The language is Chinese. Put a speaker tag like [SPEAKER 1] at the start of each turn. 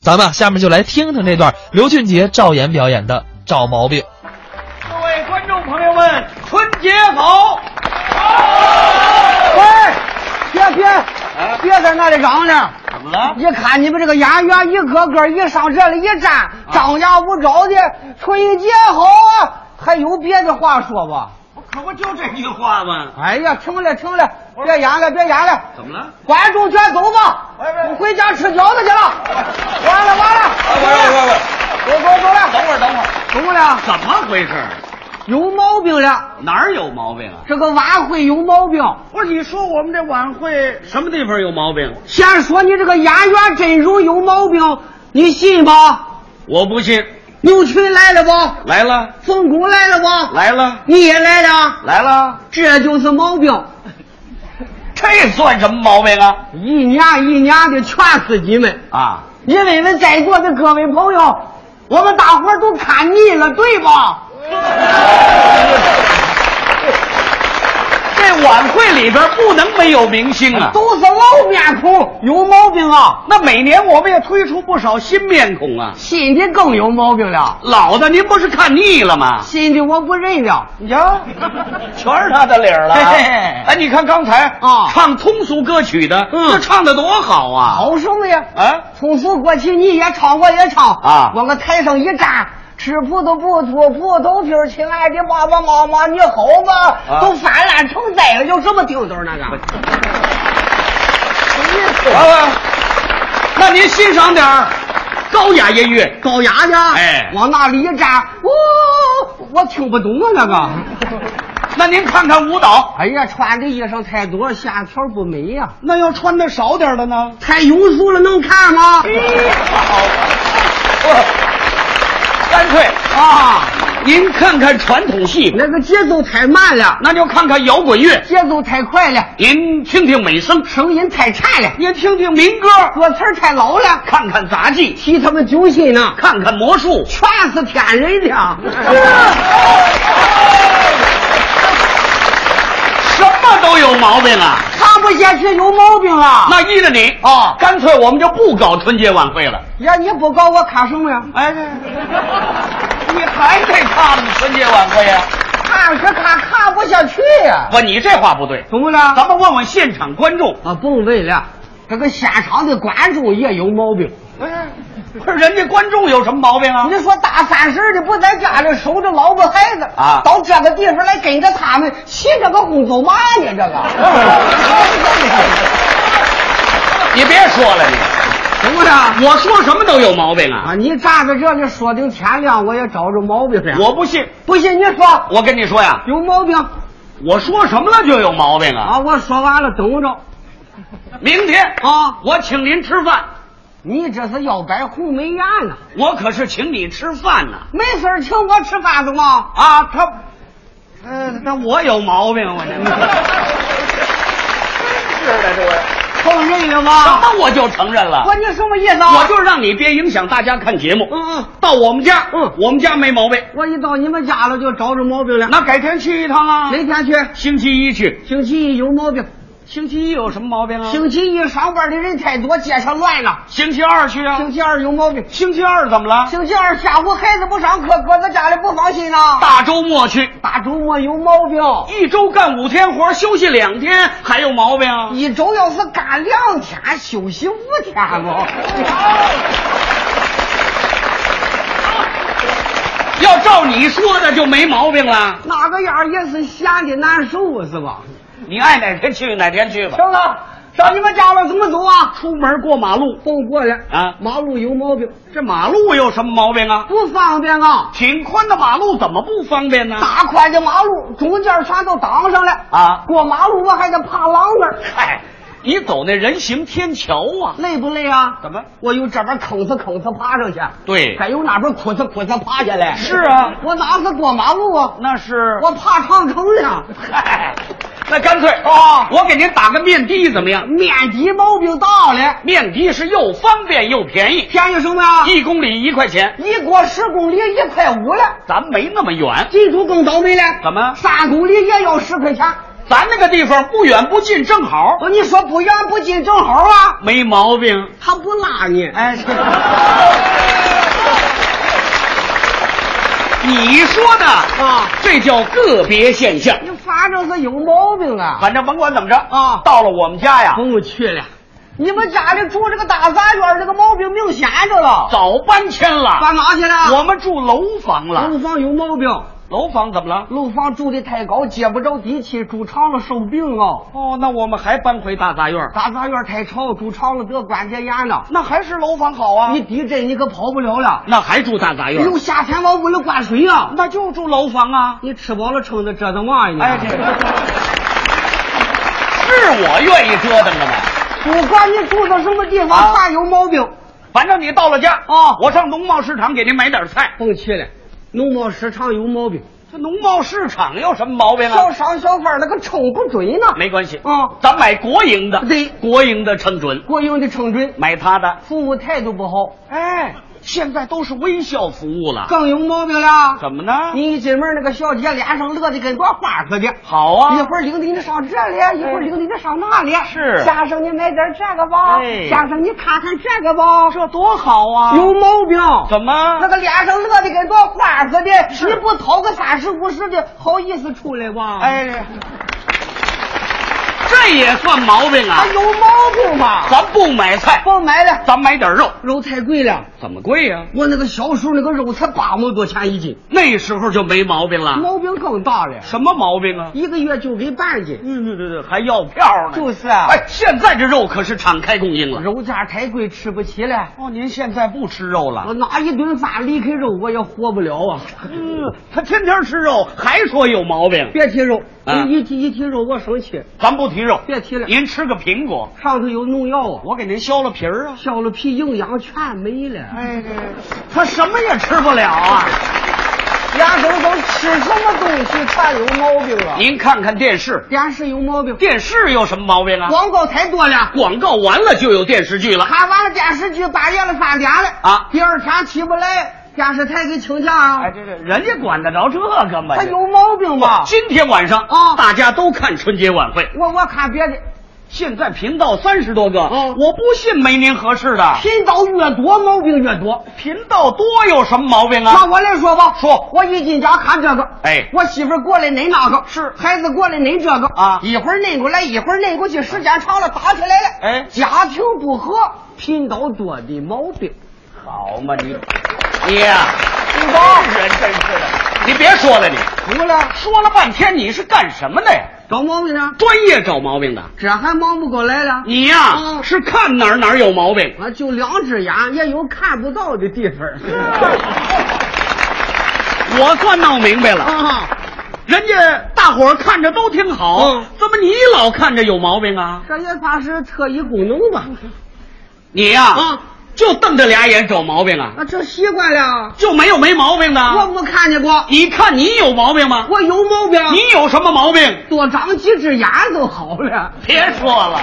[SPEAKER 1] 咱们啊下面就来听听这段刘俊杰、赵岩表演的《找毛病》。
[SPEAKER 2] 各位观众朋友们，春节好！
[SPEAKER 3] 喂，别别别在那里嚷嚷！
[SPEAKER 2] 怎么了？
[SPEAKER 3] 一看你们这个演员一个个一上这里一站，张牙舞爪的，春节好啊！还有别的话说不？
[SPEAKER 2] 我可不就这句话吗？
[SPEAKER 3] 哎呀，停了停了，别演了别演了，
[SPEAKER 2] 怎么了？
[SPEAKER 3] 观众全走吧，我回家吃饺子去了。完了完了，
[SPEAKER 2] 喂喂喂喂，
[SPEAKER 3] 走走走了，
[SPEAKER 2] 等会儿等会儿，
[SPEAKER 3] 怎么了？
[SPEAKER 2] 怎么回事？
[SPEAKER 3] 有毛病了，
[SPEAKER 2] 哪儿有毛病啊？
[SPEAKER 3] 这个晚会有毛病。
[SPEAKER 2] 不是你说我们这晚会什么地方有毛病？
[SPEAKER 3] 先说你这个演员阵容有毛病，你信吧？
[SPEAKER 2] 我不信。
[SPEAKER 3] 牛群来了吧？
[SPEAKER 2] 来了
[SPEAKER 3] 冯巩来了吧？
[SPEAKER 2] 来了
[SPEAKER 3] 你也来了，
[SPEAKER 2] 来了，
[SPEAKER 3] 这就是毛病。
[SPEAKER 2] 这算什么毛病啊？
[SPEAKER 3] 一年一年的全自己们，
[SPEAKER 2] 啊，
[SPEAKER 3] 因为们在座的各位朋友，我们大伙儿都看腻了，对吧？
[SPEAKER 2] 这晚会里边不能没有明星啊。
[SPEAKER 3] 都是老面孔，有毛病啊！
[SPEAKER 2] 那每年我们也推出不少新面孔啊。
[SPEAKER 3] 新的更有毛病了，
[SPEAKER 2] 老的您不是看腻了吗？
[SPEAKER 3] 新的我不认了。
[SPEAKER 2] 呀，全是他的理儿了啊。
[SPEAKER 3] 嘿嘿
[SPEAKER 2] 哎，你看刚才
[SPEAKER 3] 啊
[SPEAKER 2] 唱通俗歌曲的，
[SPEAKER 3] 嗯
[SPEAKER 2] 这唱的多好啊！
[SPEAKER 3] 好什么呀？
[SPEAKER 2] 啊，
[SPEAKER 3] 通俗过去你也唱，我也唱
[SPEAKER 2] 啊
[SPEAKER 3] 往个台上一站，吃葡萄不吐葡萄皮儿，亲爱的爸爸妈妈，你好吗？
[SPEAKER 2] 啊
[SPEAKER 3] 都泛滥成灾了，有什么丢丢 那个？
[SPEAKER 2] 啊，那您欣赏点儿高雅音乐。
[SPEAKER 3] 高雅的，
[SPEAKER 2] 哎
[SPEAKER 3] 往那里一站，哦，我听不懂啊那个。
[SPEAKER 2] 那您看看舞蹈，
[SPEAKER 3] 哎呀，穿的衣裳太多，线条不美呀、
[SPEAKER 2] 那要穿的少点的呢？
[SPEAKER 3] 太庸俗了，能看吗？
[SPEAKER 2] 哦干脆
[SPEAKER 3] 啊，
[SPEAKER 2] 您看看传统戏，
[SPEAKER 3] 那个节奏太慢了，
[SPEAKER 2] 那就看看摇滚乐。
[SPEAKER 3] 节奏太快了，
[SPEAKER 2] 您听听美声，
[SPEAKER 3] 声音太颤了，
[SPEAKER 2] 您听听民歌，
[SPEAKER 3] 歌词儿太老了，
[SPEAKER 2] 看看杂技，
[SPEAKER 3] 替他们揪心呢。
[SPEAKER 2] 看看魔术。
[SPEAKER 3] 全是骗人的。
[SPEAKER 2] 什么都有毛病啊！
[SPEAKER 3] 看不下去有毛病啊！
[SPEAKER 2] 那依着你啊，干脆我们就不搞春节晚会了。
[SPEAKER 3] 呀，你不搞我看什么呀？
[SPEAKER 2] 哎，你还得看春节晚会啊呀、
[SPEAKER 3] 看是看，看不下去呀、
[SPEAKER 2] 不，你这话不对。
[SPEAKER 3] 怎么了？
[SPEAKER 2] 咱们问问现场观众，
[SPEAKER 3] 啊，甭问了，这个现场的观众也有毛病。
[SPEAKER 2] 不是人家观众有什么毛病啊？
[SPEAKER 3] 你说大三十的不在家里守着老婆孩子
[SPEAKER 2] 啊
[SPEAKER 3] 到这个地方来跟着他们骑这个公走嘛呢？这个
[SPEAKER 2] 你别说了，你
[SPEAKER 3] 怎么了？
[SPEAKER 2] 我说什么都有毛病
[SPEAKER 3] 啊，
[SPEAKER 2] 啊！
[SPEAKER 3] 你站在这里说ถึ天亮，我也找着毛病了。
[SPEAKER 2] 我不信，
[SPEAKER 3] 不信你说
[SPEAKER 2] 我跟你说呀，
[SPEAKER 3] 有毛病
[SPEAKER 2] 我说什么了就有毛病啊！
[SPEAKER 3] 啊！我说完了，等着
[SPEAKER 2] 明天
[SPEAKER 3] 啊！
[SPEAKER 2] 我请您吃饭，
[SPEAKER 3] 你这是要摆红梅艳呐？
[SPEAKER 2] 我可是请你吃饭呢。
[SPEAKER 3] 没事儿请我吃饭怎么？
[SPEAKER 2] 啊，他，呃，那我有毛病，啊 我这。
[SPEAKER 3] 承认了
[SPEAKER 2] 什
[SPEAKER 3] 吗？
[SPEAKER 2] 么我就承认了
[SPEAKER 3] 我，你什么意思啊？
[SPEAKER 2] 我就是让你别影响大家看节目。
[SPEAKER 3] 嗯嗯，
[SPEAKER 2] 到我们家，
[SPEAKER 3] 嗯
[SPEAKER 2] 我们家没毛病。
[SPEAKER 3] 我一到你们家了就找着毛病了。
[SPEAKER 2] 那改天去一趟啊，
[SPEAKER 3] 哪天去？
[SPEAKER 2] 星期一去。
[SPEAKER 3] 星期一有毛病，
[SPEAKER 2] 星期一有什么毛病啊？
[SPEAKER 3] 星期一上班的人太多，街上乱了。
[SPEAKER 2] 星期二去啊
[SPEAKER 3] 星。期二有毛病，
[SPEAKER 2] 星期二怎么了？
[SPEAKER 3] 星期二下午孩子不上课，搁在家里不放心啊呐。
[SPEAKER 2] 大周末去，
[SPEAKER 3] 大周末有毛病，
[SPEAKER 2] 一周干五天活，休息两天，还有毛病？啊
[SPEAKER 3] 一周要是干两天，休息五天 不？
[SPEAKER 2] 要照你说的就没毛病了。
[SPEAKER 3] 那个样儿也是闲的难受啊是吧？
[SPEAKER 2] 你爱哪天去哪天去吧。
[SPEAKER 3] 行了，上你们家了怎么走啊？
[SPEAKER 2] 出门过马路，
[SPEAKER 3] 甭过来
[SPEAKER 2] 啊
[SPEAKER 3] 马路有毛病，
[SPEAKER 2] 这马路有什么毛病啊？
[SPEAKER 3] 不方便啊。
[SPEAKER 2] 挺宽的马路怎么不方便呢？
[SPEAKER 3] 大块的马路中间全都挡上了，
[SPEAKER 2] 啊
[SPEAKER 3] 过马路我还得爬栏杆，
[SPEAKER 2] 嗨，你走那人行天桥啊？
[SPEAKER 3] 累不累啊？
[SPEAKER 2] 怎么？
[SPEAKER 3] 我由这边吭哧吭哧爬上去，
[SPEAKER 2] 对
[SPEAKER 3] 再由那边哭哧哭哧爬下来。
[SPEAKER 2] 是啊
[SPEAKER 3] 我哪是过马路啊？
[SPEAKER 2] 那是
[SPEAKER 3] 我爬长城了。
[SPEAKER 2] 嗨， 那干脆啊，我给您打个面的怎么样？
[SPEAKER 3] 面积毛病大了，
[SPEAKER 2] 面的是又方便又便宜，
[SPEAKER 3] 便宜什么呀？
[SPEAKER 2] 一公里一块钱，
[SPEAKER 3] 一过十公里一块五了，
[SPEAKER 2] 咱没那么远。
[SPEAKER 3] 进出更倒霉了。
[SPEAKER 2] 怎么
[SPEAKER 3] 三公里也要十块钱？哦
[SPEAKER 2] 咱那个地方不远不近，正好，
[SPEAKER 3] 我你说不远不近正好啊？
[SPEAKER 2] 没毛病。
[SPEAKER 3] 他不拉你。哎，
[SPEAKER 2] 哎，你说的啊，这叫个别现象。
[SPEAKER 3] 你反正是有毛病啊！
[SPEAKER 2] 反正甭管怎么着
[SPEAKER 3] 啊
[SPEAKER 2] 到了我们家呀，
[SPEAKER 3] 我去了，你们家里住这个大杂院，这个毛病明显着了。
[SPEAKER 2] 早搬迁了，嗯
[SPEAKER 3] 干嘛去了？
[SPEAKER 2] 我们住楼房了。
[SPEAKER 3] 楼房有毛病，
[SPEAKER 2] 楼房怎么了？
[SPEAKER 3] 楼房住的太高，接不着地气，住长了受病啊。
[SPEAKER 2] 哦，那我们还搬回大杂院儿，
[SPEAKER 3] 大杂院太吵，住长了得关节炎了。
[SPEAKER 2] 那还是楼房好啊。
[SPEAKER 3] 哦你地震你可跑不了了。
[SPEAKER 2] 那还住大杂院儿？
[SPEAKER 3] 有夏天往屋里灌水啊！
[SPEAKER 2] 哎那就住楼房啊。
[SPEAKER 3] 你吃饱了撑的折腾嘛呀你？
[SPEAKER 2] 哎，这个 是我愿意折腾的吗？
[SPEAKER 3] 不管你住到什么地
[SPEAKER 2] 啊
[SPEAKER 3] 方，饭有毛病。
[SPEAKER 2] 反正你到了家
[SPEAKER 3] 啊
[SPEAKER 2] 我上农贸市场给您买点菜。
[SPEAKER 3] 甭去了，农贸市场有毛病，
[SPEAKER 2] 这农贸市场有什么毛病
[SPEAKER 3] 小
[SPEAKER 2] 啊？
[SPEAKER 3] 商小贩那个称不准呢。
[SPEAKER 2] 没关系，
[SPEAKER 3] 啊，
[SPEAKER 2] 咱买国营的，
[SPEAKER 3] 对
[SPEAKER 2] 国营的称准，
[SPEAKER 3] 国营的称准，
[SPEAKER 2] 买他的。
[SPEAKER 3] 服务态度不好，
[SPEAKER 2] 哎，现在都是微笑服务了，
[SPEAKER 3] 更有毛病了。
[SPEAKER 2] 怎么呢？
[SPEAKER 3] 你一进门，那个小姐脸上乐的跟朵花似的。
[SPEAKER 2] 好
[SPEAKER 3] 一
[SPEAKER 2] 啊，
[SPEAKER 3] 会儿领着你上这里，一会儿领着你上那里。
[SPEAKER 2] 是
[SPEAKER 3] 先生，你买点这个吧。
[SPEAKER 2] 哎
[SPEAKER 3] 先生，你看看这个吧。
[SPEAKER 2] 这多好啊！
[SPEAKER 3] 有毛病。
[SPEAKER 2] 怎么？
[SPEAKER 3] 那个脸上乐的跟朵花似的，你不掏个三十五十的，好意思出来吧？，
[SPEAKER 2] 哎，这也算毛病啊
[SPEAKER 3] 他！有毛病吧？
[SPEAKER 2] 咱不买菜，
[SPEAKER 3] 甭买了，
[SPEAKER 2] 咱买点肉，
[SPEAKER 3] 肉太贵了。
[SPEAKER 2] 怎么贵啊呀、
[SPEAKER 3] 我那个小时候那个肉才八毛多钱一斤，
[SPEAKER 2] 那时候就没毛病了。
[SPEAKER 3] 毛病更大了，
[SPEAKER 2] 什么毛病啊？
[SPEAKER 3] 一个月就给半斤。
[SPEAKER 2] 嗯，对对对，还要票呢。
[SPEAKER 3] 就是啊，
[SPEAKER 2] 哎，现在这肉可是敞开供应了。
[SPEAKER 3] 肉价太贵，吃不起了。
[SPEAKER 2] 哦，您现在不吃肉
[SPEAKER 3] 我
[SPEAKER 2] 了？
[SPEAKER 3] 哪一顿饭离开肉我也活不了啊！
[SPEAKER 2] 嗯，他天天吃肉，还说有毛病。
[SPEAKER 3] 别提肉，
[SPEAKER 2] 啊
[SPEAKER 3] 一提一提肉我生气。
[SPEAKER 2] 咱不提肉，
[SPEAKER 3] 别提了
[SPEAKER 2] 您吃个苹果，
[SPEAKER 3] 上头有农药啊，
[SPEAKER 2] 我给您削了皮儿啊。
[SPEAKER 3] 削了皮，营养全没了。
[SPEAKER 2] 哎，这他什么也吃不了啊。
[SPEAKER 3] 俩狗都吃什么东西全有毛病了。
[SPEAKER 2] 您看看电视，
[SPEAKER 3] 电视有毛病，
[SPEAKER 2] 电视有什么毛病啊？
[SPEAKER 3] 广告太多了。
[SPEAKER 2] 广告完了就有电视剧了。
[SPEAKER 3] 看完了电视剧，半夜了三点了
[SPEAKER 2] 啊
[SPEAKER 3] 第二天起不来，电视台给请假啊。
[SPEAKER 2] 哎，这这人家管得着这个吗？
[SPEAKER 3] 他有毛病吧？
[SPEAKER 2] 今天晚上
[SPEAKER 3] 啊
[SPEAKER 2] 大家都看春节晚会。
[SPEAKER 3] 我我看别的
[SPEAKER 2] 现在频道三十多个，
[SPEAKER 3] 嗯
[SPEAKER 2] 我不信没您合适的。
[SPEAKER 3] 频道越多，毛病越多。
[SPEAKER 2] 频道多有什么毛病
[SPEAKER 3] 拿
[SPEAKER 2] 啊？
[SPEAKER 3] 我来说吧，
[SPEAKER 2] 说
[SPEAKER 3] 我一进家看这个，
[SPEAKER 2] 哎
[SPEAKER 3] 我媳妇儿过来恁那个，是孩子过来恁这个
[SPEAKER 2] 啊
[SPEAKER 3] 一会儿恁过来，一会儿恁过去，时间长了打起来了，
[SPEAKER 2] 哎
[SPEAKER 3] 家庭不和，频道多的毛病。
[SPEAKER 2] 好嘛你，你呀、
[SPEAKER 3] 你吧，
[SPEAKER 2] 人真是的，你别说了你，
[SPEAKER 3] 服了，
[SPEAKER 2] 说了半天你是干什么的呀？
[SPEAKER 3] 找毛病呢？
[SPEAKER 2] 专业找毛病的，
[SPEAKER 3] 这还忙不过来了？
[SPEAKER 2] 你呀、
[SPEAKER 3] 嗯
[SPEAKER 2] 是看哪儿哪儿有毛病。
[SPEAKER 3] 啊，就两只眼，也有看不到的地方。
[SPEAKER 2] 啊我算闹明白了，
[SPEAKER 3] 啊，
[SPEAKER 2] 人家大伙儿看着都挺好，
[SPEAKER 3] 嗯
[SPEAKER 2] 怎么你老看着有毛病啊？
[SPEAKER 3] 这也算是特异功能吧？
[SPEAKER 2] 你呀、
[SPEAKER 3] 啊
[SPEAKER 2] 就瞪着俩眼找毛病啊，
[SPEAKER 3] 啊，这习惯了。
[SPEAKER 2] 就没有没毛病的。啊
[SPEAKER 3] 我没看见过，
[SPEAKER 2] 你看你有毛病吗？
[SPEAKER 3] 我有毛病。
[SPEAKER 2] 你有什么毛病？
[SPEAKER 3] 多长几只眼就好了。
[SPEAKER 2] 别说了，